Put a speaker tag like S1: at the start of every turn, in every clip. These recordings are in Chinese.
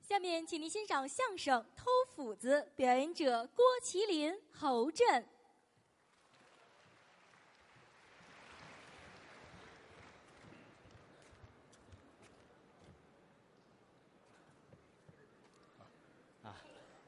S1: 下面，请您欣赏相声《偷斧子》，表演者郭麒麟、侯震。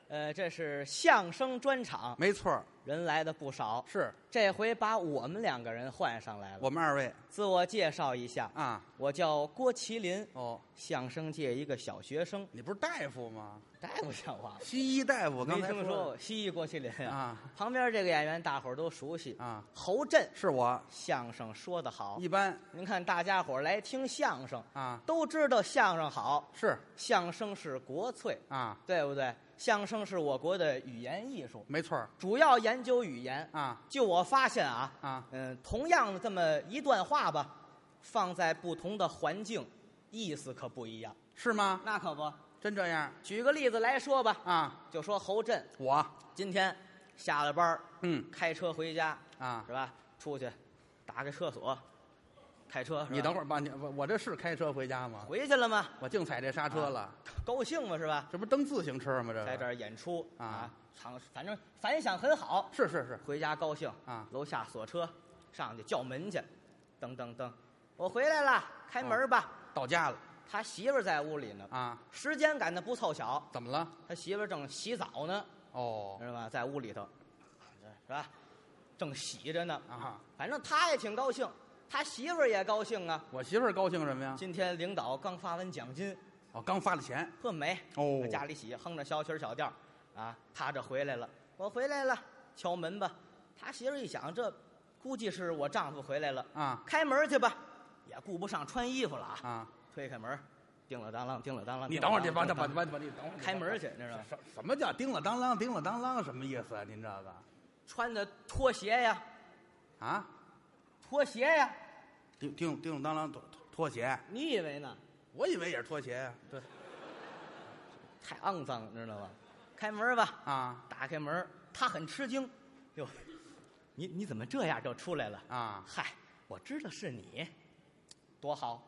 S2: 呃，这是相声专场，
S3: 没错儿，
S2: 人来的不少，
S3: 是
S2: 这回把我们两个人换上来了。
S3: 我们二位
S2: 自我介绍一下，
S3: 啊。
S2: 我叫郭麒麟，
S3: 哦，
S2: 相声界一个小学生，
S3: 你不是大夫吗？
S2: 太不像话了。
S3: 西医大夫，我刚
S2: 没
S3: 才
S2: 听说
S3: 说
S2: 过西医郭麒麟
S3: 啊
S2: 旁边这个演员大伙儿都熟悉，
S3: 啊，
S2: 侯震，
S3: 是我
S2: 相声说得好
S3: 一。般
S2: 您看大家伙儿来听相声，
S3: 啊，
S2: 都知道相声好，
S3: 是
S2: 相声是国粹，
S3: 啊，
S2: 对不对？相声是我国的语言艺术，
S3: 没错儿
S2: 主要研究语言。
S3: 啊
S2: 就我发现啊，
S3: 啊，
S2: 嗯，同样的这么一段话吧，放在不同的环境，意思可不一样。
S3: 是吗？
S2: 那可不，
S3: 真这样
S2: 举个例子来说吧，
S3: 啊？
S2: 就说侯震
S3: 我
S2: 今天下了班儿
S3: 嗯
S2: 开车回家，
S3: 啊
S2: 是，吧？出去打个厕所，开车。
S3: 你等会
S2: 儿
S3: 儿吧，你我我这是开车回家吗？
S2: 回去了吗？
S3: 我净踩这刹车了，
S2: 高兴嘛是吧？
S3: 啊这不是蹬自行车吗？这个
S2: 在这儿演出
S3: 啊，
S2: 场反正反响很好，
S3: 是是是
S2: 回家高兴
S3: 啊
S2: 楼下锁车，上去叫门去，噔噔噔，我回来了，开
S3: 嗯
S2: 门吧。
S3: 到家了
S2: 他媳妇儿在屋里呢，
S3: 啊？
S2: 时间赶得不凑巧，
S3: 怎么了？
S2: 他媳妇儿正洗澡呢，
S3: 哦
S2: 知道吧？在屋里头，是吧？正洗着呢，
S3: 啊，
S2: 反正他也挺高兴，他媳妇儿也高兴啊。
S3: 我媳妇儿高兴什么呀？
S2: 今天领导刚发完奖金，
S3: 哦，刚发了钱
S2: 特美，
S3: 哦
S2: 在家里洗，哼着小曲儿小调儿啊，他这回来了，我回来了，敲门吧。他媳妇儿一想，这估计是我丈夫回来了，
S3: 啊
S2: 开门去吧，也顾不上穿衣服了啊，
S3: 啊！
S2: 推开门，叮了当啷，叮了当啷。
S3: 你等会儿，你
S2: 叮
S3: 把
S2: 了
S3: 这
S2: 当啷
S3: 把把把你等会儿
S2: 开门去，你知道吗？
S3: 什什么叫叮了当啷？叮了当啷什么意思啊？您这个
S2: 穿的拖鞋呀，
S3: 啊，
S2: 拖鞋呀，
S3: 叮叮叮了当啷拖拖鞋，
S2: 你以为呢？
S3: 我以为也是拖鞋呀。对
S2: 太肮脏，你知道吗？开门吧，
S3: 啊
S2: 打开门，他很吃惊，哟，你你怎么这样就出来了？
S3: 啊
S2: 嗨，我知道是你，多好，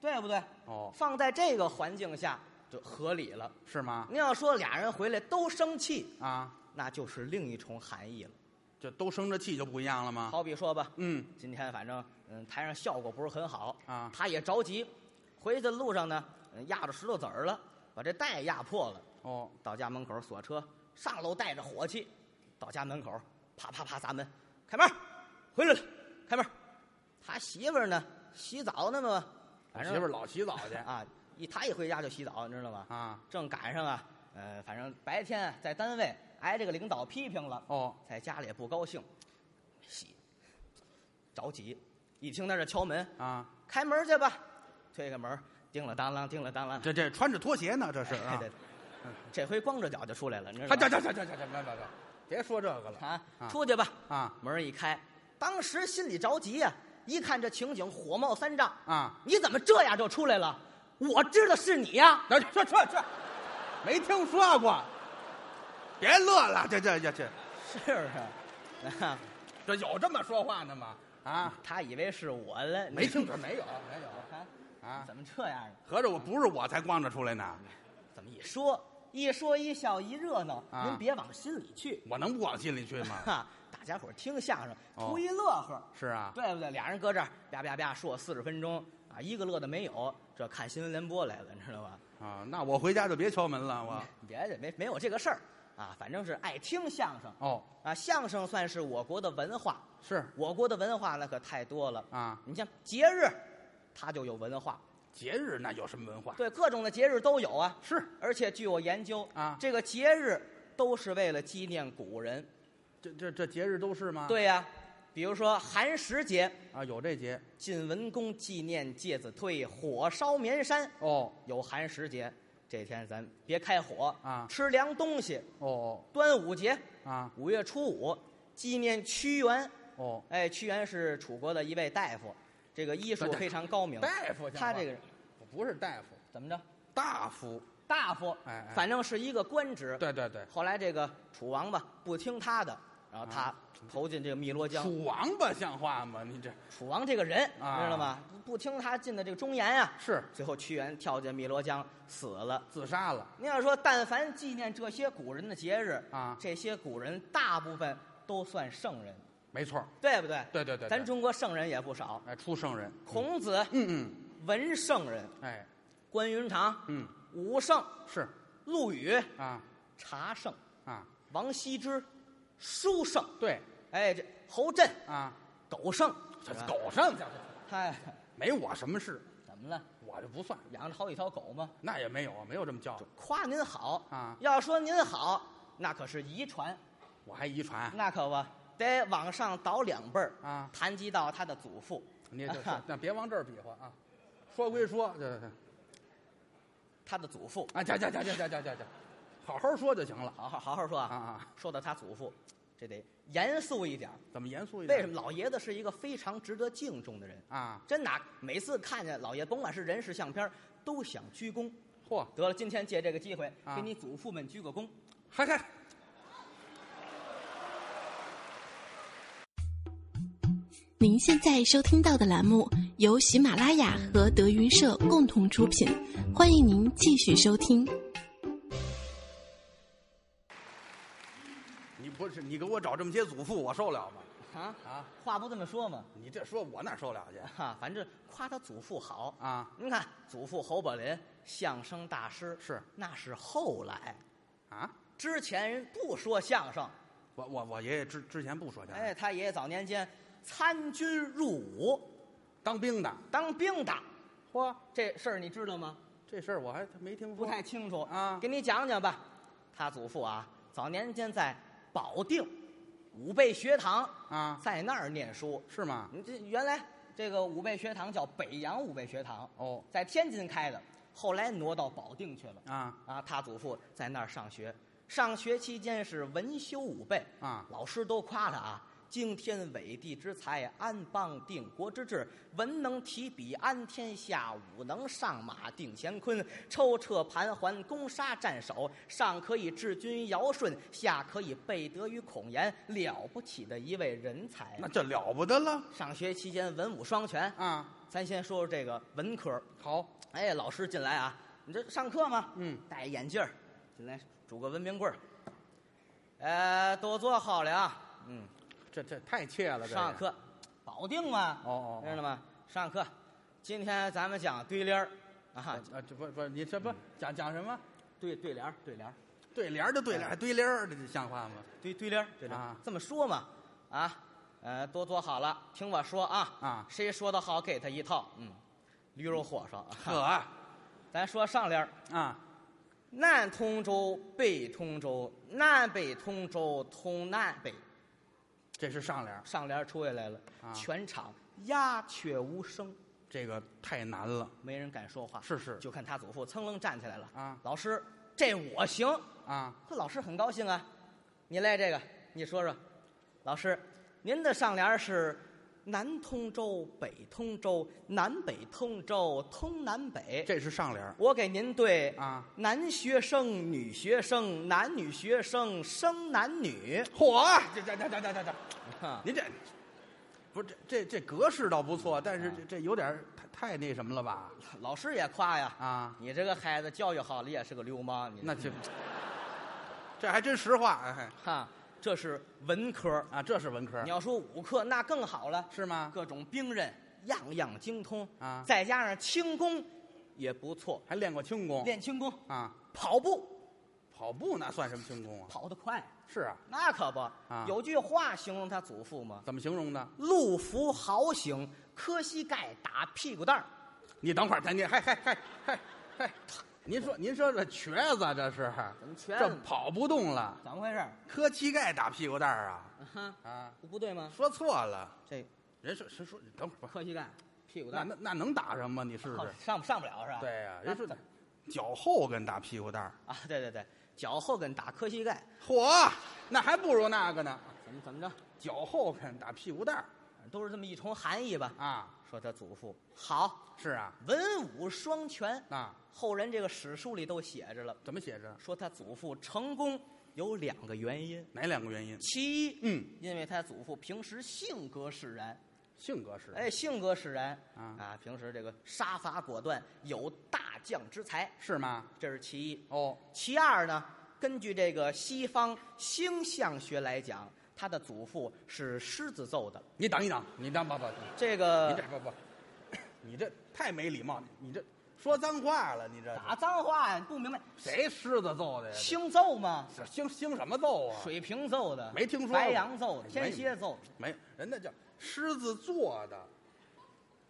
S2: 对不对？
S3: 哦，
S2: 放在这个环境下就合理了。
S3: 是吗？
S2: 您要说俩人回来都生气，
S3: 啊，
S2: 那就是另一重含义了。
S3: 这都生着气就不一样了吗？
S2: 好比说吧，
S3: 嗯
S2: 今天反正嗯台上效果不是很好
S3: 啊
S2: 他也着急，回去的路上呢，嗯压着石头子儿了，把这带压破了，
S3: 哦，
S2: 到家门口锁车，上楼带着火气，到家门口啪啪啪砸门，开门，回来了，开门。他媳妇儿呢洗澡呢嘛，
S3: 我
S2: 反
S3: 媳
S2: 正
S3: 妇儿老洗澡去
S2: 啊，一他一回家就洗澡，你知道吗？
S3: 啊
S2: 正赶上啊，呃，反正白天在单位挨这个领导批评了，
S3: 哦，
S2: 在家里也不高兴，洗，着急，一听他这敲门，
S3: 啊，
S2: 开门去吧，推开门，叮了当啷，叮了当啷，
S3: 这这穿着拖鞋呢，这是
S2: 哎
S3: 啊
S2: 对。对这回光着脚就出来了，你知道
S3: 他这
S2: 吗？
S3: 这这这这这这这这，别说这个了
S2: 啊
S3: 啊，
S2: 出去吧，
S3: 啊
S2: 门一开，当时心里着急呀、一看这情景，火冒三丈，
S3: 啊！
S2: 你怎么这样就出来了？我知道是你呀、
S3: 那去去去去，没听说过，别乐了，这这这这
S2: 是不是？啊
S3: 这有这么说话的吗？啊，
S2: 他以为是我了，
S3: 没听
S2: 着
S3: 说，没有没有。啊
S2: 怎么这样呢？啊
S3: 合着我不是我才光着出来呢，
S2: 怎么一说一说一笑一热闹，
S3: 啊
S2: 您别往心里去，
S3: 我能不往心里去吗？
S2: 哈，大家伙儿听相声
S3: 哦
S2: 图一乐呵，
S3: 是啊，
S2: 对不对？俩人搁这儿叭叭叭说四十分钟啊，一个乐的没有，这看新闻联播来了，你知道吧？
S3: 啊，那我回家就别敲门了，我
S2: 别的没没有这个事儿啊，反正是爱听相声
S3: 哦
S2: 啊，相声算是我国的文化，
S3: 是
S2: 我国的文化那可太多了。
S3: 啊，
S2: 你像节日，它就有文化，
S3: 节日那有什么文化？
S2: 对各种的节日都有啊。
S3: 是
S2: 而且据我研究
S3: 啊
S2: 这个节日都是为了纪念古人。
S3: 这这这节日都是吗？
S2: 对呀、比如说寒食节，
S3: 啊，有这节
S2: 晋文公纪念介子推火烧绵山，
S3: 哦
S2: 有寒食节。这天咱别开火
S3: 啊
S2: 吃凉东西。
S3: 哦
S2: 端午节，
S3: 啊
S2: 五月初五纪念屈原。
S3: 哦，
S2: 哎，屈原是楚国的一位大夫，这个医术
S3: 大夫
S2: 非常高明。
S3: 大夫像
S2: 他
S3: 话
S2: 这个人
S3: 我不是大夫，
S2: 怎么着？
S3: 大夫，
S2: 大夫，
S3: 哎哎
S2: 反正是一个官职。
S3: 对对对，
S2: 后来这个楚王吧不听他的，然后他投进这个汨罗江。
S3: 啊楚王八像话吗？你这
S2: 楚王这个人，
S3: 啊
S2: 知道吗？不听他进的这个忠言啊，
S3: 是
S2: 最后屈原跳进汨罗江死了。
S3: 自杀了
S2: 您要说，但凡纪念这些古人的节日
S3: 啊
S2: 这些古人大部分都算圣人，
S3: 没错儿，
S2: 对不对？
S3: 对对对对
S2: 咱中国圣人也不少，
S3: 哎，出圣人，
S2: 孔子、
S3: 嗯
S2: 文圣人，
S3: 嗯，哎，
S2: 关云长、
S3: 嗯，
S2: 武圣、
S3: 是
S2: 陆羽、
S3: 啊
S2: 茶圣、
S3: 啊，
S2: 王羲之、书圣，
S3: 对
S2: 哎，这侯震、
S3: 啊，
S2: 狗圣，
S3: 这
S2: 是吧
S3: 狗剩下
S2: 嗨，
S3: 没我什么事，
S2: 怎么了？
S3: 我就不算，
S2: 养了好几条狗吗？
S3: 那也没有，啊没有这么叫，
S2: 夸您好
S3: 啊
S2: 要说您好，那可是遗传，
S3: 我还遗传
S2: 那可不得往上倒两辈儿。
S3: 啊，
S2: 谈及到他的祖父，
S3: 你 这
S2: 啊
S3: 那别往这儿比划啊，说归说，这这
S2: 他的祖父，
S3: 啊，这这这这这这这这，好好说就行了
S2: 好好好好说
S3: 啊
S2: 啊，
S3: 啊，
S2: 说到他祖父，这得严肃一点儿。
S3: 怎么严肃一点？
S2: 为什么老爷子是一个非常值得敬重的人？
S3: 啊？
S2: 真的啊，每次看见老爷，甭管是人是相片儿，都想鞠躬。
S3: 嚯，
S2: 得了，今天借这个机会，
S3: 啊
S2: 给你祖父们鞠个躬。
S3: 还还
S4: 您现在收听到的栏目由喜马拉雅和德云社共同出品，欢迎您继续收听。
S3: 你不是你给我找这么些祖父，我受了吗？
S2: 啊，
S3: 啊，
S2: 话不这么说嘛，
S3: 你这说我哪受了去
S2: 哈、反正夸他祖父好
S3: 啊？
S2: 您看，祖父侯宝林，相声大师，
S3: 是
S2: 那是后来，
S3: 啊，
S2: 之前人不说相声。
S3: 我我我爷爷之之前不说相声，
S2: 哎，他爷爷早年间参军入伍，
S3: 当兵的，
S2: 当兵的，
S3: 嚯，
S2: 这事儿你知道吗？
S3: 这事儿我还没听说，
S2: 不太清楚
S3: 啊
S2: 给你讲讲吧。他祖父啊，早年间在保定武备学堂，
S3: 啊，
S2: 在那儿念书。
S3: 是吗？
S2: 你这原来这个武备学堂叫北洋武备学堂，
S3: 哦，
S2: 在天津开的，后来挪到保定去了。
S3: 啊
S2: 啊，他祖父在那儿上学，上学期间是文修武备
S3: 啊，
S2: 老师都夸他啊，惊天伟地之才，安邦定国之志，文能提笔安天下，武能上马定乾坤，抽撤盘桓，攻杀战守，上可以治军尧舜，下可以备德于孔颜，了不起的一位人才
S3: 那。这了不得了
S2: 上学期间文武双全，
S3: 啊！
S2: 咱先说说这个文科。
S3: 好，
S2: 哎，老师进来啊，你这上课吗？
S3: 嗯，
S2: 戴眼镜儿进来拄个文明棍儿。呃，都坐好了啊。嗯，
S3: 这这太切了，这
S2: 上
S3: 也
S2: 课，保定嘛，
S3: 哦哦
S2: 知道吗？上课，今天咱们讲对联儿啊，
S3: 啊，这不不，你这不讲讲什么？
S2: 对对联儿，对联儿，
S3: 对联儿的对联儿，对联儿，这像话吗？
S2: 对对联儿，对联儿
S3: 啊，
S2: 这么说嘛，啊，呃，都坐好了，听我说啊，
S3: 啊
S2: 谁说的好给他一套，嗯，驴肉火烧，
S3: 可啊
S2: 咱说上联儿，
S3: 啊，
S2: 南通州，北通州，南北通州，通南北。
S3: 这是上联儿，
S2: 上联出下来了，
S3: 啊
S2: 全场鸦雀无声，
S3: 这个太难了
S2: 没人敢说话。
S3: 是是
S2: 就看他祖父噌楞站起来了
S3: 啊
S2: 老师，这我行。
S3: 啊！
S2: 这老师很高兴啊，你来这个，你说说，老师，您的上联是南通州，北通州，南北通州，通南北。
S3: 这是上联儿
S2: 我给您对
S3: 啊，
S2: 男学生、女学生、男女学生、生男女。
S3: 嚯，这这这这这这这。
S2: 哈
S3: 您这不是这这这格式倒不错，
S2: 啊
S3: 但是这这有点儿太太那什么了吧？
S2: 老师也夸呀
S3: 啊，
S2: 你这个孩子教育好了也是个流氓，你
S3: 那这这还真实话哎
S2: 哈，这是文科。
S3: 啊，这是文科
S2: 你要说武科那更好了，
S3: 是吗？
S2: 各种兵刃样样精通
S3: 啊
S2: 再加上轻功也不错，
S3: 还练过轻功
S2: 练轻功、
S3: 啊，
S2: 跑步
S3: 跑步那算什么轻功啊？
S2: 跑得快，
S3: 是啊，
S2: 那可不。
S3: 啊
S2: 有句话形容他祖父吗？
S3: 怎么形容呢？
S2: 路服豪行，磕膝盖打屁股蛋儿。
S3: 你等会儿，咱你嗨嗨嗨嗨嗨，您说您说这瘸子啊这是
S2: 怎么瘸
S3: 这
S2: 子？
S3: 跑不动了，
S2: 怎么回事？
S3: 磕膝盖打屁股蛋儿啊
S2: 啊哈，
S3: 啊！
S2: 不不对吗？
S3: 说错了，
S2: 这
S3: 人说谁说？等会儿吧，
S2: 磕膝盖、屁股
S3: 那
S2: 蛋
S3: 那
S2: 儿，
S3: 那能打上吗？你试
S2: 好
S3: 试。
S2: 上上不了是吧？
S3: 对呀、
S2: 那
S3: 人说
S2: 怎么
S3: 脚后跟打屁股蛋儿，
S2: 啊，对对对，脚后跟打磕膝盖，
S3: 嚯，那还不如那个呢。
S2: 怎么怎么着，
S3: 脚后跟打屁股蛋儿
S2: 都是这么一重含义吧？
S3: 啊，
S2: 说他祖父好，
S3: 是啊，
S2: 文武双全，
S3: 啊，
S2: 后人这个史书里都写着了，
S3: 怎么写着？
S2: 说他祖父成功有两个原因。
S3: 哪两个原因？
S2: 其一，
S3: 嗯，
S2: 因为他祖父平时性格使然，
S3: 性格是，
S2: 哎，性格使然
S3: 啊
S2: 平时这个杀伐果断，有大将之才，
S3: 是吗？
S2: 这是其一。
S3: 哦，
S2: 其二呢，根据这个西方星象学来讲，他的祖父是狮子座的。
S3: 你等一等，你等不不，
S2: 这
S3: 你
S2: 个
S3: 这不不，你这太没礼貌，你这说脏话了，你这
S2: 打脏话呀，你不明白，
S3: 谁狮子揍的呀？
S2: 星座嘛，
S3: 这兴兴什么揍啊？
S2: 水瓶座的，
S3: 没听说过哎
S2: 白羊座、
S3: 没
S2: 天蝎座，
S3: 没有，人那叫狮子座的，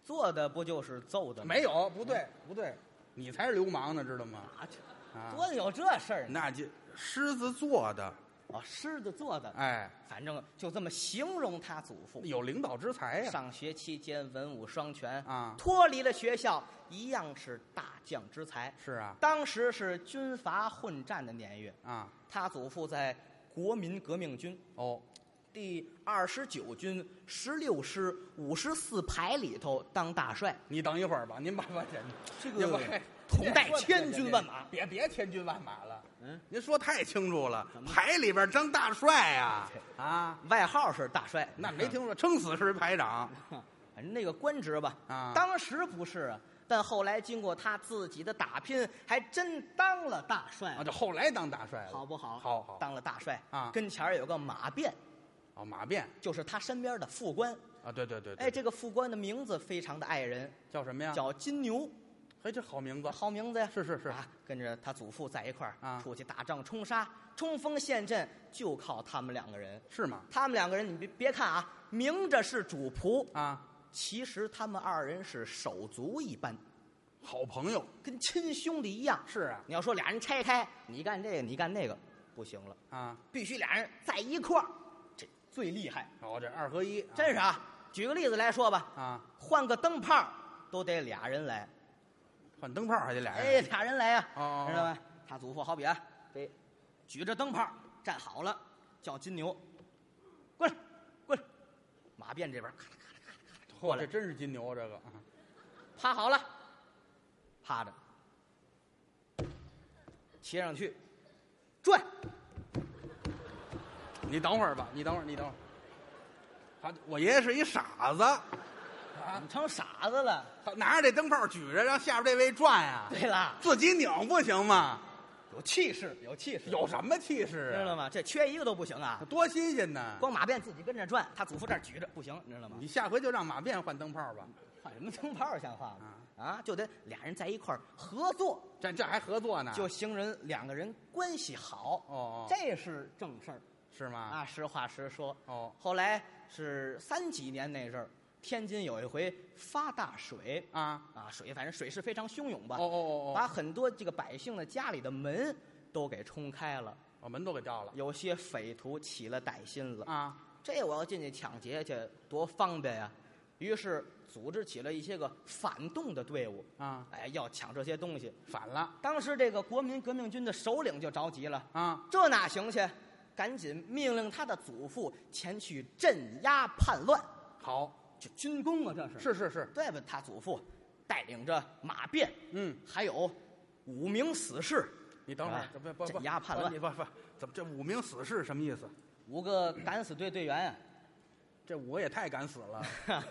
S2: 做的不就是揍的吗？
S3: 没有，不
S2: 嗯
S3: 对不对，你才是流氓呢，知道吗？
S2: 啊，这
S3: 啊，
S2: 多有这事儿呢？
S3: 那就狮子座的，
S2: 哦，狮子座的，
S3: 哎，
S2: 反正就这么形容他祖父。
S3: 有领导之才呀、
S2: 上学期间文武双全
S3: 啊
S2: 脱离了学校，一样是大将之才。
S3: 是啊，
S2: 当时是军阀混战的年月，
S3: 啊，
S2: 他祖父在国民革命军
S3: 哦，
S2: 第二十九军十六师五十四排里头当大帅，
S3: 你等一会儿吧，您把把这
S2: 这个
S3: 要 不嘿
S2: 统
S3: 您
S2: 带
S3: 说
S2: 千军万马
S3: 别别千军万马了，
S2: 嗯，
S3: 您说太清楚了
S2: 怎，么
S3: 排里边争大帅呀、啊，
S2: 外号是大帅。
S3: 那没听说，撑死是排长，
S2: 反正那个官职吧，
S3: 啊
S2: 当时不是啊，但后来经过他自己的打拼，还真当了大帅
S3: 啊，，这后来当大帅了，
S2: 好不好？
S3: 好好
S2: 当了大帅
S3: 啊
S2: 跟前儿有个马便，
S3: 哦，马变
S2: 就是他身边的副官。
S3: 啊，对对对，对
S2: 哎，这个副官的名字非常的爱人，
S3: 叫什么呀？
S2: 叫金牛，
S3: 嘿，这 好名字，
S2: 好名字呀。
S3: 是是是
S2: 啊，跟着他祖父在一块儿
S3: 啊
S2: 出去打仗冲杀，冲锋陷阵，就靠他们两个人。
S3: 是吗？
S2: 他们两个人，你别别看啊，明着是主仆，
S3: 啊，
S2: 其实他们二人是手足一般，
S3: 好朋友
S2: 跟亲兄弟一样。
S3: 是啊
S2: 你要说俩人拆开，你干这个，你干那个，不行了，
S3: 啊，
S2: 必须俩人在一块儿，这最厉害。
S3: 哦，这二合一，啊
S2: 真是啊，举个例子来说吧，
S3: 啊，
S2: 换个灯泡儿都得俩人来，
S3: 换灯泡还得俩
S2: 哎，
S3: 人，
S2: 俩人来呀、
S3: 哦哦哦
S2: 知道吧？他祖父好比啊，这举着灯泡儿站好了，叫金牛，过来，过来，马鞭这边咔嚓
S3: 嚯，这真是金牛这个，啊
S2: 趴好了，趴着，骑上去，转，
S3: 你等会儿吧，你等会儿，你等会儿。他我爷爷是一傻子，
S2: 你成傻子了。
S3: 他拿着这灯泡举着，让下边这位转呀、
S2: 对了，
S3: 自己拧不行吗？
S2: 有气势，有气势，
S3: 有什么气势
S2: 知道
S3: 啊？
S2: 吗？这缺一个都不行啊。
S3: 多新鲜呢！
S2: 光马鞭自己跟着转，他祖父这儿举着不行，你知道吗？
S3: 你下回就让马变换灯泡吧，
S2: 换什么灯泡像话吗？啊，就得俩人在一块儿合作，
S3: 这这还合作呢？
S2: 就行人两个人关系好，
S3: 啊哦哦
S2: 这是正事儿
S3: 是吗？
S2: 啊，实话实说。
S3: 哦
S2: 后来是三几年那阵儿，天津有一回发大水
S3: 啊
S2: 啊，水反正水势非常汹涌吧，
S3: 哦哦哦
S2: 把很多这个百姓的家里的门都给冲开了，
S3: 哦，把门都给掉了
S2: 有些匪徒起了歹心了。
S3: 啊！
S2: 这我要进去抢劫去，多方便呀！于是组织起了一些个反动的队伍
S3: 啊
S2: 哎，要抢这些东西。
S3: 反了
S2: 当时这个国民革命军的首领就着急了，
S3: 啊！
S2: 这哪行去？赶紧命令他的祖父前去镇压叛乱，
S3: 好，
S2: 这军功啊，这是
S3: 是是是，
S2: 对吧？他祖父带领着马便，
S3: 嗯，
S2: 还有五名死士，
S3: 你等会儿
S2: 啊，
S3: 这不不不，
S2: 镇压叛乱
S3: 你不不，怎么这五名死士什么意思？
S2: 五个敢死队队员啊，
S3: 这我也太敢死 了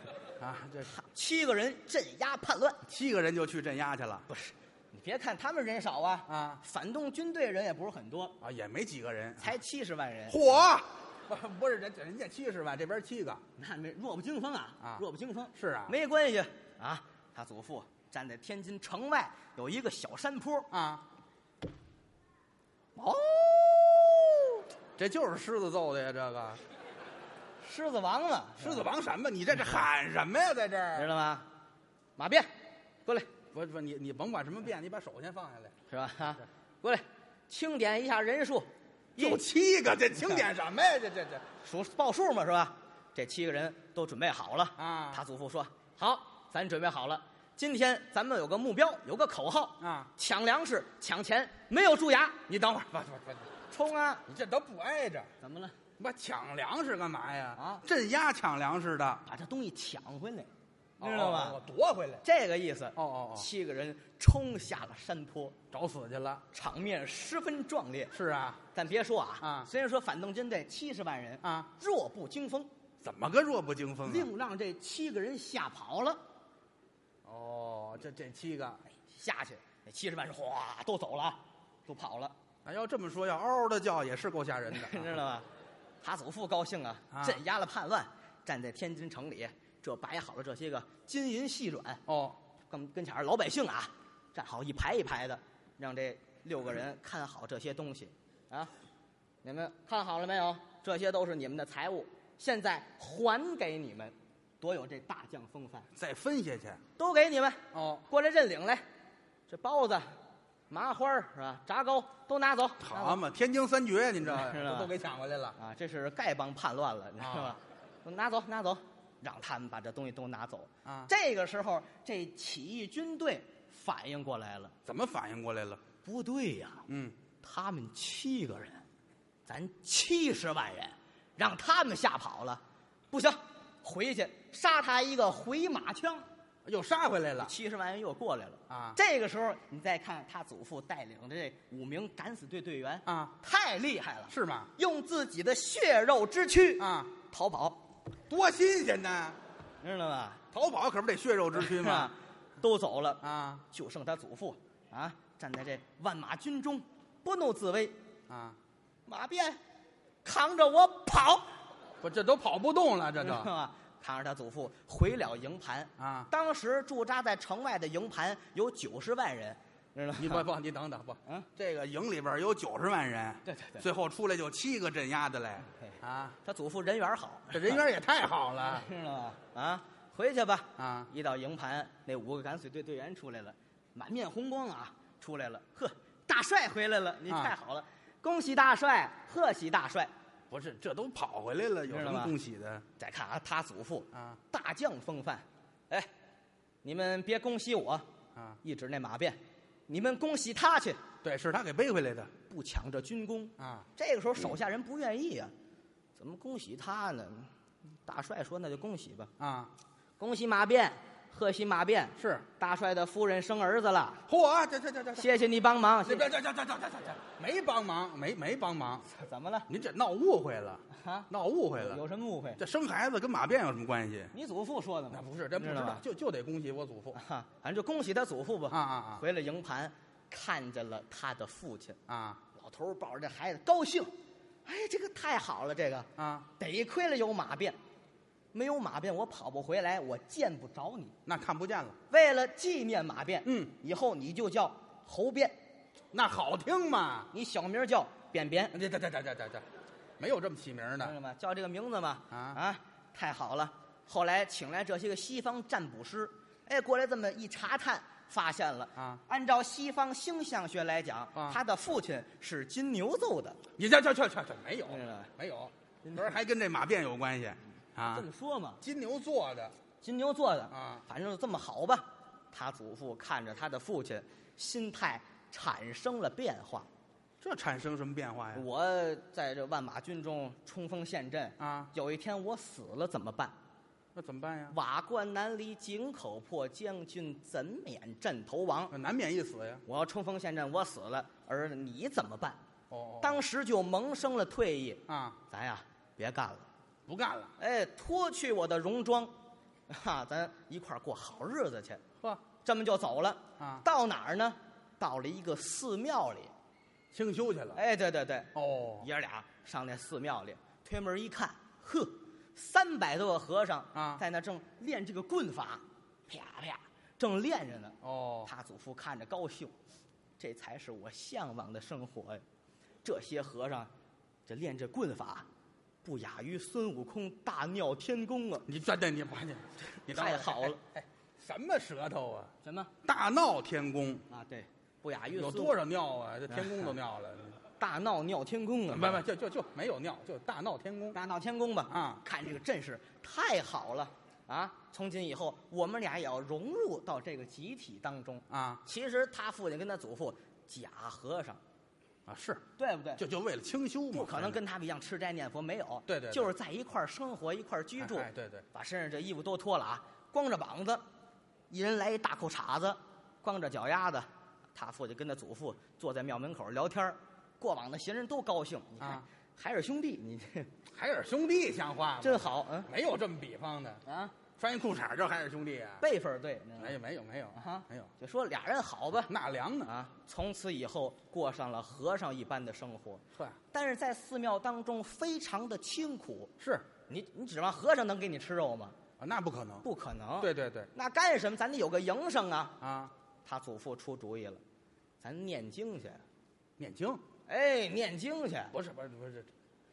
S3: 啊！这
S2: 七个人镇压叛乱。
S3: 七个人就去镇压去了
S2: 不是，你别看他们人少啊，
S3: 啊
S2: 反动军队人也不是很多，
S3: 啊，也没几个人，
S2: 才七十万人，
S3: 火，不是人人家七十万，这边七个
S2: 那没弱不禁风啊，
S3: 啊
S2: 弱不禁风，
S3: 是啊，
S2: 没关系啊。他祖父站在天津城外有一个小山坡，
S3: 啊，
S2: 哦，
S3: 这就是狮子揍的呀，这个
S2: 狮子王嘛，
S3: 狮子王什么？
S2: 嗯
S3: 你在这喊什么呀？在
S2: 知
S3: 这儿？
S2: 道吗？马鞭，过来，
S3: 不不，你你甭管什么变，你把手先放下来。
S2: 是吧？哈，过来，清点一下人数，一
S3: 就七个，这 清点什么呀？这这这
S2: 数报数嘛，是吧？这七个人都准备好了
S3: 啊
S2: 他祖父说：“好，咱准备好了，今天咱们有个目标，有个口号
S3: 啊！
S2: 抢粮食、抢钱，没有蛀牙，
S3: 你等会儿，不不不，
S2: 冲啊！
S3: 你这都不挨着，
S2: 怎么了？
S3: 不抢粮食干嘛呀？
S2: 啊
S3: 镇压抢粮食的，哦
S2: 把这东西抢回来，你知道吗？
S3: 我夺回来。
S2: 这个意思。
S3: 哦哦哦
S2: 七个人冲下了山坡，
S3: 找死去了。
S2: 场面十分壮烈。
S3: 是啊，
S2: 咱别说啊，
S3: 啊
S2: 虽然说反动军这七十万人
S3: 啊，
S2: 弱不禁风，
S3: 怎么个弱不禁风啊？
S2: 愣让这七个人吓跑了。
S3: 哦，这这七个，
S2: 下去，那七十万人哗都走了，都跑了，，
S3: 哎，要这么说，要嗷嗷的叫也是够吓人的
S2: 你 知道吗？塔啊祖父高兴啊，
S3: 啊
S2: 镇压了叛乱，站在天津城里，这摆好了这些个金银细软，
S3: 哦，
S2: 跟跟前儿老百姓啊，站好一排一排的，让这六个人看好这些东西，啊，你们看好了没有？这些都是你们的财物，现在还给你们，多有这大将风范，
S3: 再分下去。
S2: 都给你们，
S3: 哦，
S2: 过来认领来，这包子、麻花儿是吧？炸糕都拿走，拿
S3: 好
S2: 走
S3: 嘛，天津三绝，您知道
S2: 是吧
S3: 吗？都给抢回来了。
S2: 啊！这是丐帮叛乱了，你知道吗
S3: 啊？
S2: 都拿走，拿走，让他们把这东西都拿走。
S3: 啊
S2: 这个时候，这起义军队反应过来了，
S3: 怎么反应过来了？
S2: 不对呀，
S3: 嗯，
S2: 他们七个人，咱七十万人，让他们吓跑了，不行，回去杀他一个回马枪。
S3: 又杀回来了。
S2: 七十万人又过来了
S3: 啊
S2: 这个时候，你再看他祖父带领的这五名敢死队队员
S3: 啊，
S2: 太厉害了，
S3: 是吗？
S2: 用自己的血肉之躯
S3: 啊，
S2: 逃跑，
S3: 多新鲜呐！
S2: 你知道吧？
S3: 逃跑可不得血肉之躯
S2: 是
S3: 吗
S2: 吧？？ 都走了，
S3: 啊
S2: 就剩他祖父啊，站在这万马军中，不怒自威，
S3: 啊，
S2: 马鞭扛着我跑，
S3: 不，这都跑不动了，这
S2: 知
S3: 都
S2: 道 吗？扛着他祖父回了营盘
S3: 啊
S2: 当时驻扎在城外的营盘有九十万人，知道吗？
S3: 你不不，你等等不，
S2: 啊，
S3: 这个营里边有九十万人，
S2: 对对对
S3: 最后出来就七个镇压的嘞
S2: 嘿，
S3: 啊，
S2: 他祖父人缘好，
S3: 这人缘也太好 了
S2: 知道吗？啊，回去吧。
S3: 啊！
S2: 一到营盘，那五个敢死队队员出来了，满面红光啊，出来了。呵，大帅回来了，你
S3: 啊
S2: 太好了，恭喜大帅，贺喜大帅。
S3: 不是，这都跑回来了，有
S2: 知道
S3: 什
S2: 吧
S3: 么恭喜的
S2: 再看啊，他祖父
S3: 啊
S2: 大将风范。哎，你们别恭喜我，
S3: 啊？
S2: 一指那马鞭，你们恭喜他去，
S3: 对，是他给背回来的
S2: 不抢这军功。
S3: 啊！
S2: 这个时候手下人不愿意啊，怎么恭喜他呢？大帅说那就恭喜吧，
S3: 啊，
S2: 恭喜马鞭，贺喜马鞭。
S3: 是，
S2: 大帅的夫人生儿子了，
S3: 嚯，啊这这这这这，
S2: 谢谢你帮忙。
S3: 这这这这这这这这没帮忙，没没帮忙，
S2: 怎么了？
S3: 您这闹误会了，
S2: 啊，
S3: 闹误会了
S2: 有，什么误会？
S3: 这生孩子跟马鞭有什么关系？
S2: 你祖父说的
S3: 那
S2: 吗？
S3: 不是，这不知
S2: 知道
S3: 道啊
S2: 吧，
S3: 就就得恭喜我祖父
S2: 哈，反正就恭喜他祖父吧。
S3: 啊啊
S2: 回了营盘，看见了他的父亲，
S3: 啊啊
S2: 老头儿抱着这孩子高兴，哎，这个太好了，这个
S3: 啊！
S2: 得亏了有马鞭，没有马鞭我跑不回来，我见不着你。
S3: 那看不见了，
S2: 为了纪念马鞭，
S3: 嗯，
S2: 以后你就叫侯鞭，
S3: 那好听嘛？
S2: 你小名叫扁扁，
S3: 这这这这这这这，没有这么起名
S2: 知道
S3: 的
S2: 吗？叫这个名字嘛。
S3: 嗯啊
S2: 太好了！后来请来这些个西方占卜师，哎，过来这么一查探，发现了
S3: 啊
S2: 按照西方星象学来讲，
S3: 啊
S2: 他的父亲是金牛座的。
S3: 你这这这这这没有
S2: 明白了
S3: 没有，不是还跟这马鞭有关系
S2: 嗯
S3: 啊
S2: 这？么说嘛，
S3: 金牛座的
S2: 金牛座的
S3: 啊
S2: 反正就这么好吧。他祖父看着他的父亲，心态产生了变化。
S3: 这产生什么变化呀？
S2: 我在这万马军中冲锋陷阵
S3: 啊，
S2: 有一天我死了怎么办？
S3: 那怎么办呀？
S2: 瓦罐南离井口破，将军怎免阵头亡？
S3: 呃难免一死呀。
S2: 我要冲锋陷阵，我死了，儿子你怎么办？
S3: 哦，
S2: 当时就萌生了退意，
S3: 啊，
S2: 咱呀别干了，
S3: 不干了。
S2: 哎，脱去我的戎装，哈、咱一块儿过好日子去。
S3: 呵，
S2: 这么就走了
S3: 啊
S2: 到哪儿呢？到了一个寺庙里，
S3: 清修去了。
S2: 哎，对对对，
S3: 哦，
S2: 爷儿俩上那寺庙里，推门一看，呵，三百多个和尚
S3: 啊
S2: 在那正练这个棍法，啪啪，正练着呢。
S3: 哦，
S2: 他祖父看着高兴，这才是我向往的生活呀！这些和尚，这练这棍法，不亚于孙悟空大闹天宫啊！
S3: 你真的你 不你你等会
S2: 太
S3: 儿
S2: 好了。
S3: 哎，哎什么舌头啊？
S2: 什么
S3: 大闹天宫
S2: 啊？对，不亚于
S3: 有
S2: 孙悟
S3: 多少尿啊？
S2: 嗯
S3: 这天 宫都尿了。
S2: 大闹尿天宫啊！
S3: 不不，就就就没有尿，就大闹天宫
S2: 大闹天宫吧！
S3: 啊！
S2: 看这个阵势太好了啊！从今以后，我们俩也要融入到这个集体当中。
S3: 啊
S2: 其实他父亲跟他祖父假和尚，
S3: 啊是，
S2: 对不对？
S3: 就就为了清修嘛，
S2: 不可能跟他们一样吃斋念佛，没有，
S3: 对对对
S2: 就是在一块儿生活，一块儿居住，
S3: 哎哎对对
S2: 把身上这衣服都脱了啊，光着膀子，一人来一大裤衩子，光着脚丫子。他父亲跟他祖父坐在庙门口聊天儿过往的行人都高兴。你看，
S3: 啊
S2: 海尔兄弟，你这
S3: 海尔兄弟像话吗？
S2: 真好，嗯，
S3: 没有这么比方的啊！穿一裤衩叫海尔兄弟啊？
S2: 辈分儿对，嗯
S3: 没有没有没有
S2: 啊
S3: 没有，
S2: 就说俩人好吧，
S3: 纳凉呢？
S2: 啊，从此以后过上了和尚一般的生活，
S3: 呵，
S2: 但是在寺庙当中非常的清苦。
S3: 是
S2: 你你指望和尚能给你吃肉吗？
S3: 啊，那不可能。
S2: 不可能。，
S3: 对对对
S2: 那干什么？咱得有个营生啊。
S3: 啊，
S2: 他祖父出主意了，咱念经去。
S3: 念经
S2: 哎，念经去，
S3: 不是不是不是，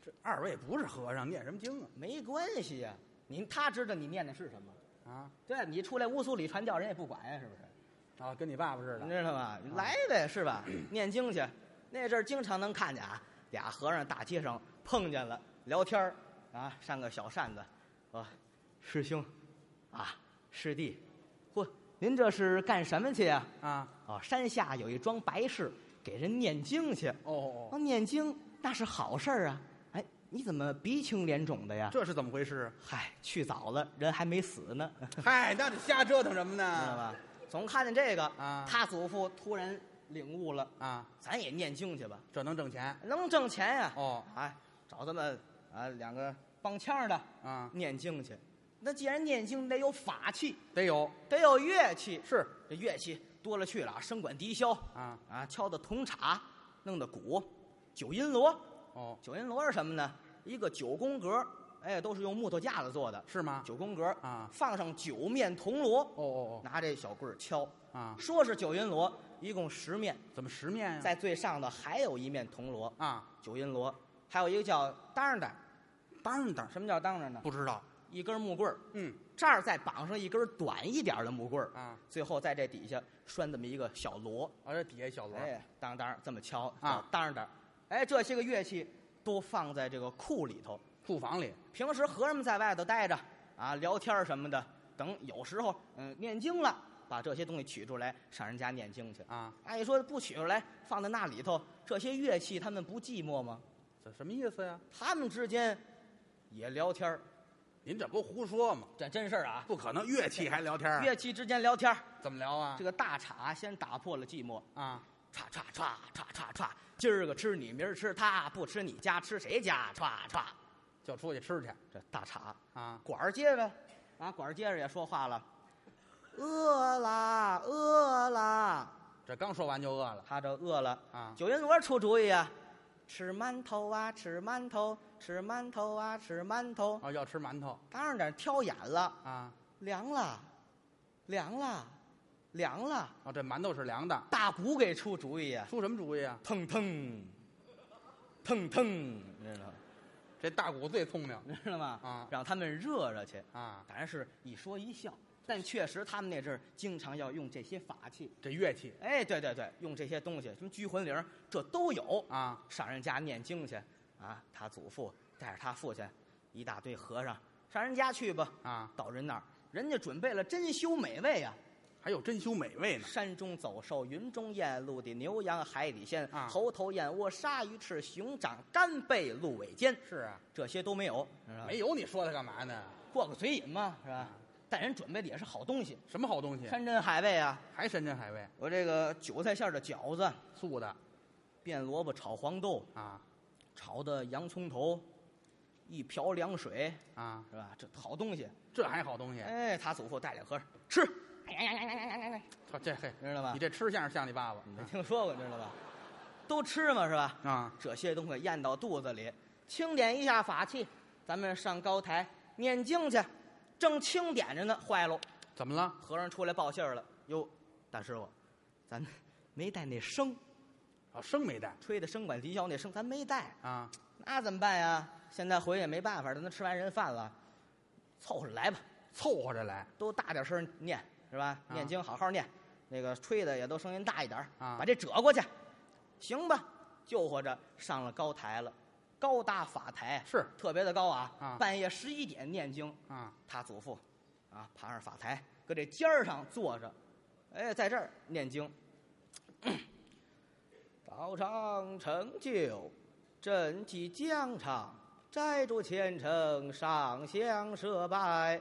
S3: 这这二位不是和尚，念什么经啊？
S2: 没关系呀、您他知道你念的是什么。
S3: 啊
S2: 对你出来乌苏里传教，人也不管呀、是不是？
S3: 啊，跟你爸爸似
S2: 你
S3: 的。
S2: 知道吧？来呗，是 吧？念经去，那阵儿经常能看见啊，俩和尚大街上碰见了，聊天儿啊，上个小扇子，啊，师兄，啊，师弟，嚯，您这是干什么去呀、
S3: 啊，
S2: 哦，山下有一桩白事，给人念经去。
S3: 哦哦
S2: 哦，念经那是好事儿啊。哎，你怎么鼻青脸肿的呀？
S3: 这是怎么回事？啊
S2: 嗨，去早了，人还没死呢，知
S3: 嗨，那你瞎折腾什 么
S2: 道
S3: 呢？
S2: 吧？总看见这个
S3: 啊
S2: 他祖父突然领悟了，
S3: 啊，
S2: 咱也念经去吧，
S3: 这能挣钱
S2: 能挣钱呀、
S3: 哦
S2: 哎，找他们啊两个帮腔的
S3: 啊？
S2: 念经去。那既然念经，得有法器，
S3: 得有
S2: 得有乐器。
S3: 是
S2: 这乐器多了去了啊，笙管笛箫
S3: 啊
S2: 啊，敲的铜镲，弄的鼓，九阴锣。
S3: 哦，
S2: 九阴锣是什么呢？一个九宫格，哎，都是用木头架子做的。
S3: 是吗？
S2: 九宫格
S3: 啊
S2: 放上九面铜锣，
S3: 哦哦
S2: 拿这小棍儿敲。
S3: 哦啊，
S2: 说是九阴锣，一共十面，
S3: 怎么十面呀？
S2: 在最上的还有一面铜锣，
S3: 啊，
S2: 九阴锣，还有一个叫当当。
S3: 当然当然
S2: 什么叫当当呢？
S3: 不知道。
S2: 一根木棍儿，
S3: 嗯
S2: 这儿再绑上一根短一点儿的木棍儿，
S3: 啊，
S2: 最后在这底下拴这么一个小锣，
S3: 啊，这底下小锣
S2: 哎，当当这么敲
S3: 啊，
S2: 当当，哎，这些个乐器都放在这个库里头。
S3: 库房里
S2: 平时和尚们在外头待着啊，聊天儿什么的，等有时候嗯念经了，把这些东西取出来上人家念经去。
S3: 啊，
S2: 按说不取出来放在那里头，这些乐器他们不寂寞吗？
S3: 这什么意思呀？
S2: 他们之间也聊天儿
S3: 您这不胡说吗？
S2: 这真事儿啊。
S3: 不可能，乐器还聊天啊？
S2: 乐器之间聊天儿
S3: 怎么聊啊？
S2: 这个大杈先打破了寂寞，
S3: 啊，
S2: 歘歘歘歘歘歘，今儿个吃你，明儿吃他，不吃你家吃谁家？歘歘，
S3: 就出去吃去
S2: 这大杈
S3: 啊！
S2: 管儿接呗，啊，管儿接着也说话了，饿啦饿啦，
S3: 这刚说完就饿了
S2: 他这饿了。
S3: 啊！
S2: 九云罗出主意啊，吃馒头啊，吃馒头，吃馒头啊，吃馒头。
S3: 哦，要吃馒头
S2: 当然点挑眼了，
S3: 啊！
S2: 凉了，凉了，凉了。
S3: 哦，这馒头是凉的，
S2: 大鼓给出主意啊，
S3: 出什么主意啊？
S2: 腾腾，腾腾，你知道吗？
S3: 这大鼓最聪明
S2: 你知道吗？
S3: 啊
S2: 让他们热热去。
S3: 啊！
S2: 当然是一说一笑，但确实他们那阵儿经常要用这些法器。
S3: 这乐器
S2: 哎，对对对，用这些东西，什么拘魂铃儿，这都有。
S3: 啊，
S2: 上人家念经去啊，他祖父带着他父亲，一大堆和尚上人家去吧。
S3: 啊，
S2: 到人那儿，人家准备了珍馐美味啊，
S3: 还有珍馐美味呢
S2: 山中走兽、云中雁、陆地牛羊、海底鲜、
S3: 啊
S2: 猴头燕窝、鲨鱼翅、熊掌、干贝、鹿尾尖，
S3: 是啊，
S2: 这些都没有，知道吧
S3: 没有你说它干嘛呢？
S2: 过个嘴瘾嘛，是吧？但人准备的也是好东西，
S3: 什么好东西？
S2: 山珍海味啊，
S3: 还山珍海味，
S2: 我这个韭菜馅儿的饺子，
S3: 素的
S2: 变萝卜炒黄豆，
S3: 啊
S2: 炒的洋葱头，一瓢凉水，
S3: 啊，
S2: 是吧？这好东西。
S3: 这还好东西。
S2: 哎，他祖父带两盒吃，
S3: 这这嘿，
S2: 知道吧
S3: 你？这吃相像你爸
S2: 你没
S3: 爸
S2: 听说过，知道吧？都吃嘛，是吧？
S3: 啊？
S2: 这些东西咽到肚子里，清点一下法器，咱们上高台念经去。正清点着呢，坏喽，
S3: 怎么了？
S2: 和尚出来报信儿了。哟，大师傅，咱没带那笙，
S3: 啊，生没带
S2: 吹的笙管笛箫那笙咱没带，
S3: 啊？
S2: 那怎么办呀？现在回也没办法，咱都吃完人饭了，凑合着来吧。
S3: 凑合着来
S2: 都大点声念是吧？
S3: 啊
S2: 念经好好念，那个吹的也都声音大一点儿
S3: 啊
S2: 把这折过去，行吧？就活着上了高台了，高大法台
S3: 是
S2: 特别的高啊！
S3: 啊
S2: 半夜十一点念经，
S3: 啊？
S2: 他祖父啊爬上法台，搁这尖儿上坐着，哎，在这儿念经。道场成就，朕即疆场，摘竹虔诚，上香设拜。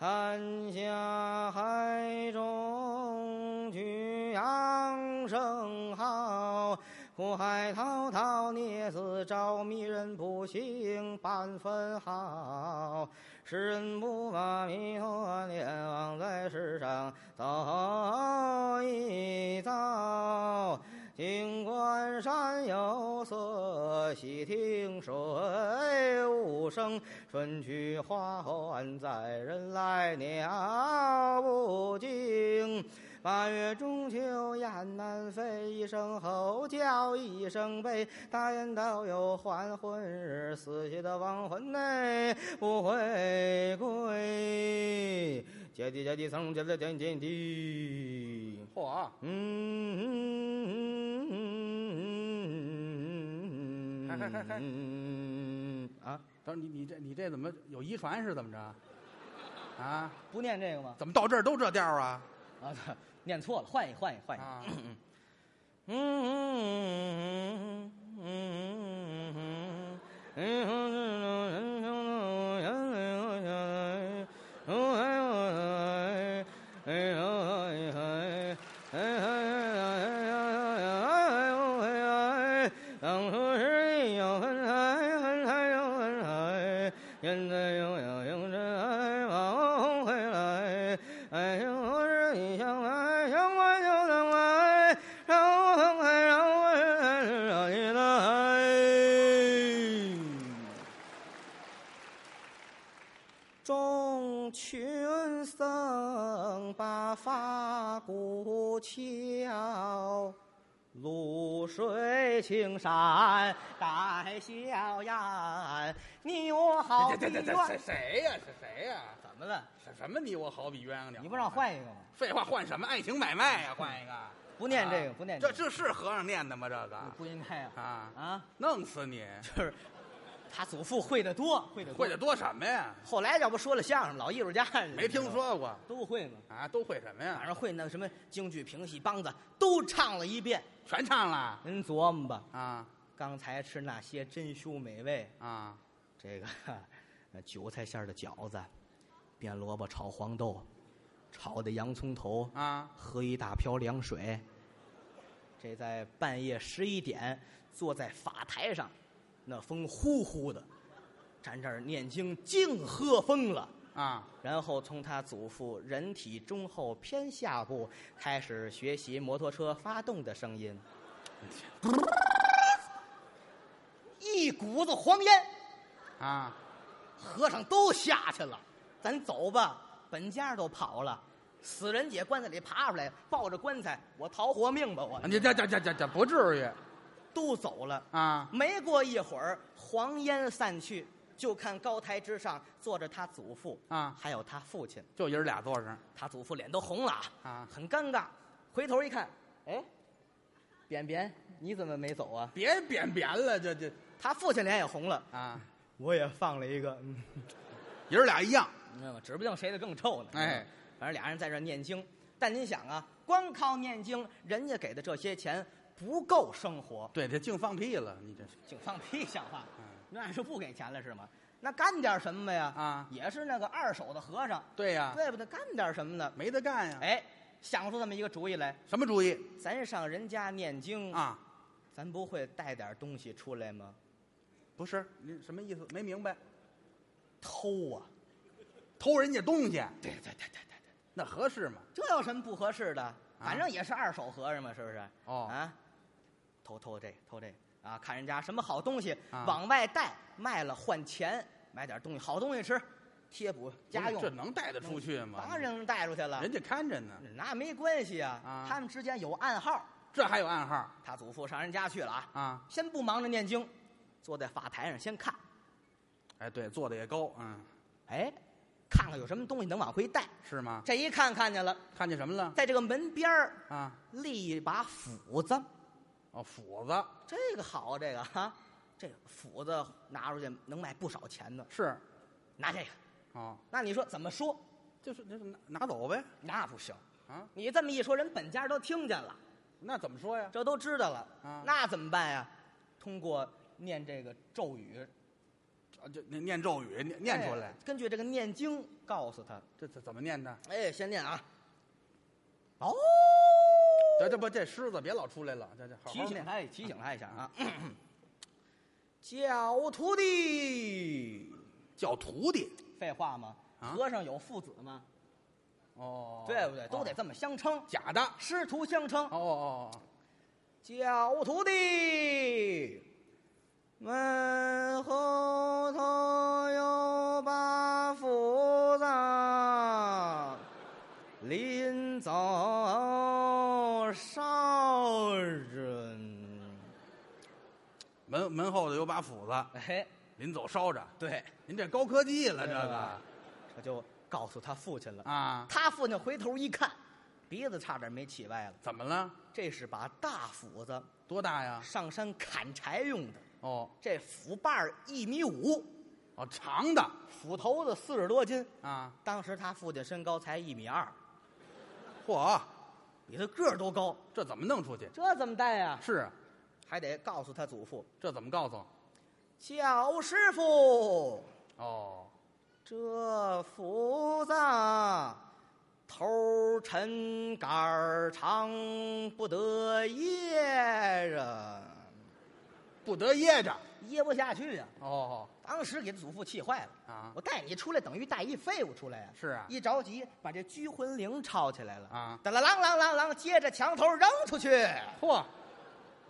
S2: 山下海中举扬声号，苦海滔滔孽子招，迷人不醒半分好。世人不把弥陀念，枉在世上走一遭。静观山有色，细听水无声。春去花还在，人来鸟不惊。八月中秋雁南飞，一声吼叫一声悲。大雁道有还魂日，死去的亡魂内不回归。阶地阶地层阶地阶阶地。
S3: 嚯啊！
S2: 嗯，
S3: 嗨嗨嗨嗨
S2: 啊，
S3: 等你你这你这怎么有遗传是怎么着？啊？
S2: 不念这个吗？
S3: 怎么到这儿都这调啊？
S2: 啊，念错了，换一换一换一。
S3: 啊！
S2: 嗯嗯嗯嗯嗯现在又要迎着爱往回来，爱情不是你想来，想来就能来，让我很快，让我很让你的爱。众群僧把法鼓敲，渌水青山带笑颜，你我哎好
S3: 这
S2: 比
S3: 这这这谁
S2: 鸳
S3: 谁呀？是谁呀？
S2: 怎么了？
S3: 什什么你我好比鸳鸯鸟？
S2: 你不让换一个吗？
S3: 废话，换什么爱情买卖呀？换一个。
S2: 不念这个，不念
S3: 这
S2: 个
S3: 这是和尚念的吗？这个
S2: 不应该啊
S3: 啊，
S2: 啊！
S3: 弄死你！
S2: 就是他祖父会的多，会的
S3: 会的。多什么呀？
S2: 后来要不说了相声，老艺术家
S3: 没听说过
S2: 都会嘛，
S3: 啊？都会什么
S2: 反
S3: 呀？
S2: 正会那个什么京剧、评戏、梆子都唱了一遍。
S3: 全唱了
S2: 您琢磨吧，
S3: 啊
S2: 刚才吃那些珍馐美味，
S3: 啊！
S2: 这个哈呃韭菜馅儿的饺子，变萝卜炒黄豆，炒的洋葱头，
S3: 啊，
S2: 喝一大瓢凉水。这在半夜十一点，坐在法台上，那风呼呼的，站这儿念经，净喝疯了。
S3: 啊，
S2: 然后从他祖父人体中后偏下部开始学习摩托车发动的声音， 一股子黄烟，
S3: 啊，
S2: 和尚都下去了，咱走吧，本家都跑了，死人姐棺材里爬出来，抱着棺材，我逃活命吧我，
S3: 啊你这这这这这不至于
S2: 都走了。
S3: 啊！
S2: 没过一会儿，黄烟散去，就看高台之上坐着他祖父
S3: 啊
S2: 还有他父亲。
S3: 就爷儿俩坐这儿
S2: 他祖父脸都红了
S3: 啊
S2: 很尴尬。回头一看，哎，扁扁，你怎么没走啊？
S3: 别扁扁了，这这
S2: 他父亲脸也红了，
S3: 啊，
S2: 我也放了一个，嗯，
S3: 爷儿俩一样，
S2: 嗯指不定谁的更臭呢。
S3: 哎，
S2: 反正俩人在这念经，但您想啊，光靠念经，人家给的这些钱不够生活，
S3: 对，这净放屁了，你这是
S2: 净放屁像话
S3: 嗯。
S2: 那按说不给钱了是吗？那干点什么呀？
S3: 啊
S2: 也是那个二手的和尚，
S3: 对呀，
S2: 对不对？干点什么呢？
S3: 没得干呀，
S2: 哎，想出这么一个主意来，
S3: 什么主意
S2: 咱上人家念经
S3: 啊？
S2: 咱不会带点东西出来吗？
S3: 不是，你什么意思？没明白？
S2: 偷啊！
S3: 偷人家东西，
S2: 对对对对对对，
S3: 那合适吗？
S2: 这有什么不合适的？反正也是二手和尚嘛，是不是？
S3: 啊哦
S2: 啊，偷偷这偷这啊，看人家什么好东西、
S3: 啊
S2: 往外带，卖了换钱，买点东西好东西吃，贴补家用
S3: 这，能带得出去吗？
S2: 当然能带出去了
S3: 人。家看着呢，
S2: 那没关系啊，
S3: 啊
S2: 他们之间有暗号。
S3: 这还有暗号
S2: 他祖父上人家去了啊，
S3: 啊？
S2: 先不忙着念经，坐在法台上先看，
S3: 哎，对，坐的也高，嗯，
S2: 哎，看看有什么东西能往回带。
S3: 是吗？
S2: 这一看看见了，
S3: 看见什么了？
S2: 在这个门边儿
S3: 啊，
S2: 立一把斧子，
S3: 哦，斧子
S2: 这个好，这个哈，这个斧子拿出去能卖不少钱呢。
S3: 是，
S2: 拿这个，
S3: 哦，
S2: 那你说怎么说？
S3: 就是就是拿拿走呗，
S2: 那不行，
S3: 啊，
S2: 你这么一说，人本家都听见了，
S3: 那怎么说呀？
S2: 这都知道了，
S3: 啊
S2: 那怎么办呀？通过念这个咒语，
S3: 啊就念念咒语，念念出来
S2: 哎，根据这个念经告诉他，
S3: 这这怎么念呢？
S2: 哎，先念啊。哦，
S3: 这这不这狮子别老出来了，这这好好
S2: 提醒
S3: 念
S2: 他，提醒他一下啊。教徒弟，
S3: 叫徒弟
S2: 废话吗？
S3: 啊
S2: 和尚有父子吗？
S3: 哦
S2: 对不对？都得这么相称，
S3: 假的哦
S2: 师徒相称。
S3: 哦哦哦，
S2: 教徒弟，门后头有把斧子，临走烧人。
S3: 门门后头有把斧子，
S2: 哎，
S3: 临走烧着。
S2: 对，
S3: 您这高科技了，
S2: 对吧
S3: 这个
S2: 这就告诉他父亲了。
S3: 啊，
S2: 他父亲回头一看，鼻子差点没气歪了。
S3: 怎么了？
S2: 这是把大斧子，
S3: 多大呀？
S2: 上山砍柴用的。
S3: 哦
S2: 这斧把儿一米五，
S3: 哦，长的
S2: 斧头子四十多斤。
S3: 啊，
S2: 当时他父亲身高才一米二，
S3: 嚯，
S2: 比他个儿都高，
S3: 这怎么弄出去？
S2: 这怎么带呀、
S3: 是啊，
S2: 还得告诉他祖父
S3: 这怎么告诉？
S2: 乔师傅，
S3: 哦，
S2: 这斧子头沉杆儿长，不得掖着，
S3: 不得噎着。
S2: 掖不下去呀、啊
S3: 哦
S2: 当时给祖父气坏了
S3: 啊
S2: 我带你出来等于带一废物出来呀、
S3: 是啊
S2: 一着急把这拘魂铃抄起来了
S3: 啊
S2: 当啷啷啷啷，接着墙头扔出去，
S3: 嚯，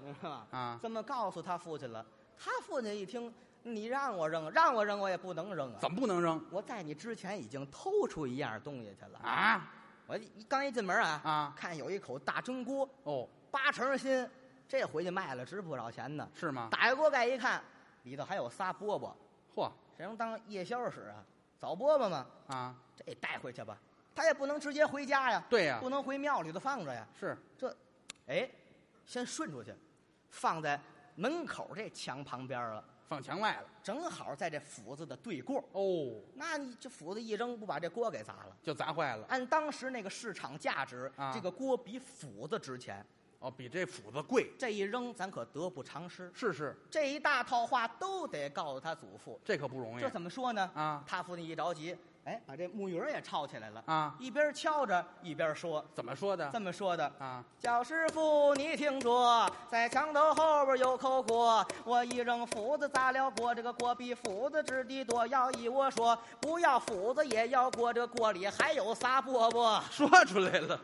S2: 明白吗？
S3: 啊
S2: 这么告诉他父亲了，他父亲一听，你让我扔，让我扔我也不能扔啊。
S3: 怎么不能扔
S2: 我在你之前已经偷出一样东西去了！
S3: 啊？
S2: 我一刚一进门啊，
S3: 啊
S2: 看有一口大蒸锅，
S3: 哦，
S2: 八成是新，这回去卖了值不少钱呢。
S3: 是吗？
S2: 打开锅盖一看，里头还有仨饽饽，
S3: 嚯
S2: 谁能当夜宵使啊？早饽饽嘛，
S3: 啊，
S2: 这带回去吧。他也不能直接回家呀，
S3: 对呀
S2: 不能回庙里头放着呀。
S3: 是
S2: 这，哎，先顺出去，放在门口这墙旁边了，
S3: 放墙外了。
S2: 正好在这斧子的对过。
S3: 哦，
S2: 那你这斧子一扔，不把这锅给砸了？
S3: 就砸坏了。
S2: 按当时那个市场价值，
S3: 啊
S2: 这个锅比斧子值钱。
S3: 哦，比这斧子贵。
S2: 这一扔，咱可得不偿失。
S3: 是是，
S2: 这一大套话都得告诉他祖父。
S3: 这可不容易。
S2: 这怎么说呢？
S3: 啊
S2: 他父亲一着急，哎，把这木鱼儿也抄起来了
S3: 啊
S2: 一边敲着一边说，
S3: 怎么说的？
S2: 这么说的
S3: 啊，
S2: 小师傅，你听着，在墙头后边有口锅，我一扔斧子砸了锅，这个锅比斧子质地多。要依我说，不要斧子也要锅，这锅里还有仨饽饽。
S3: 说出来了。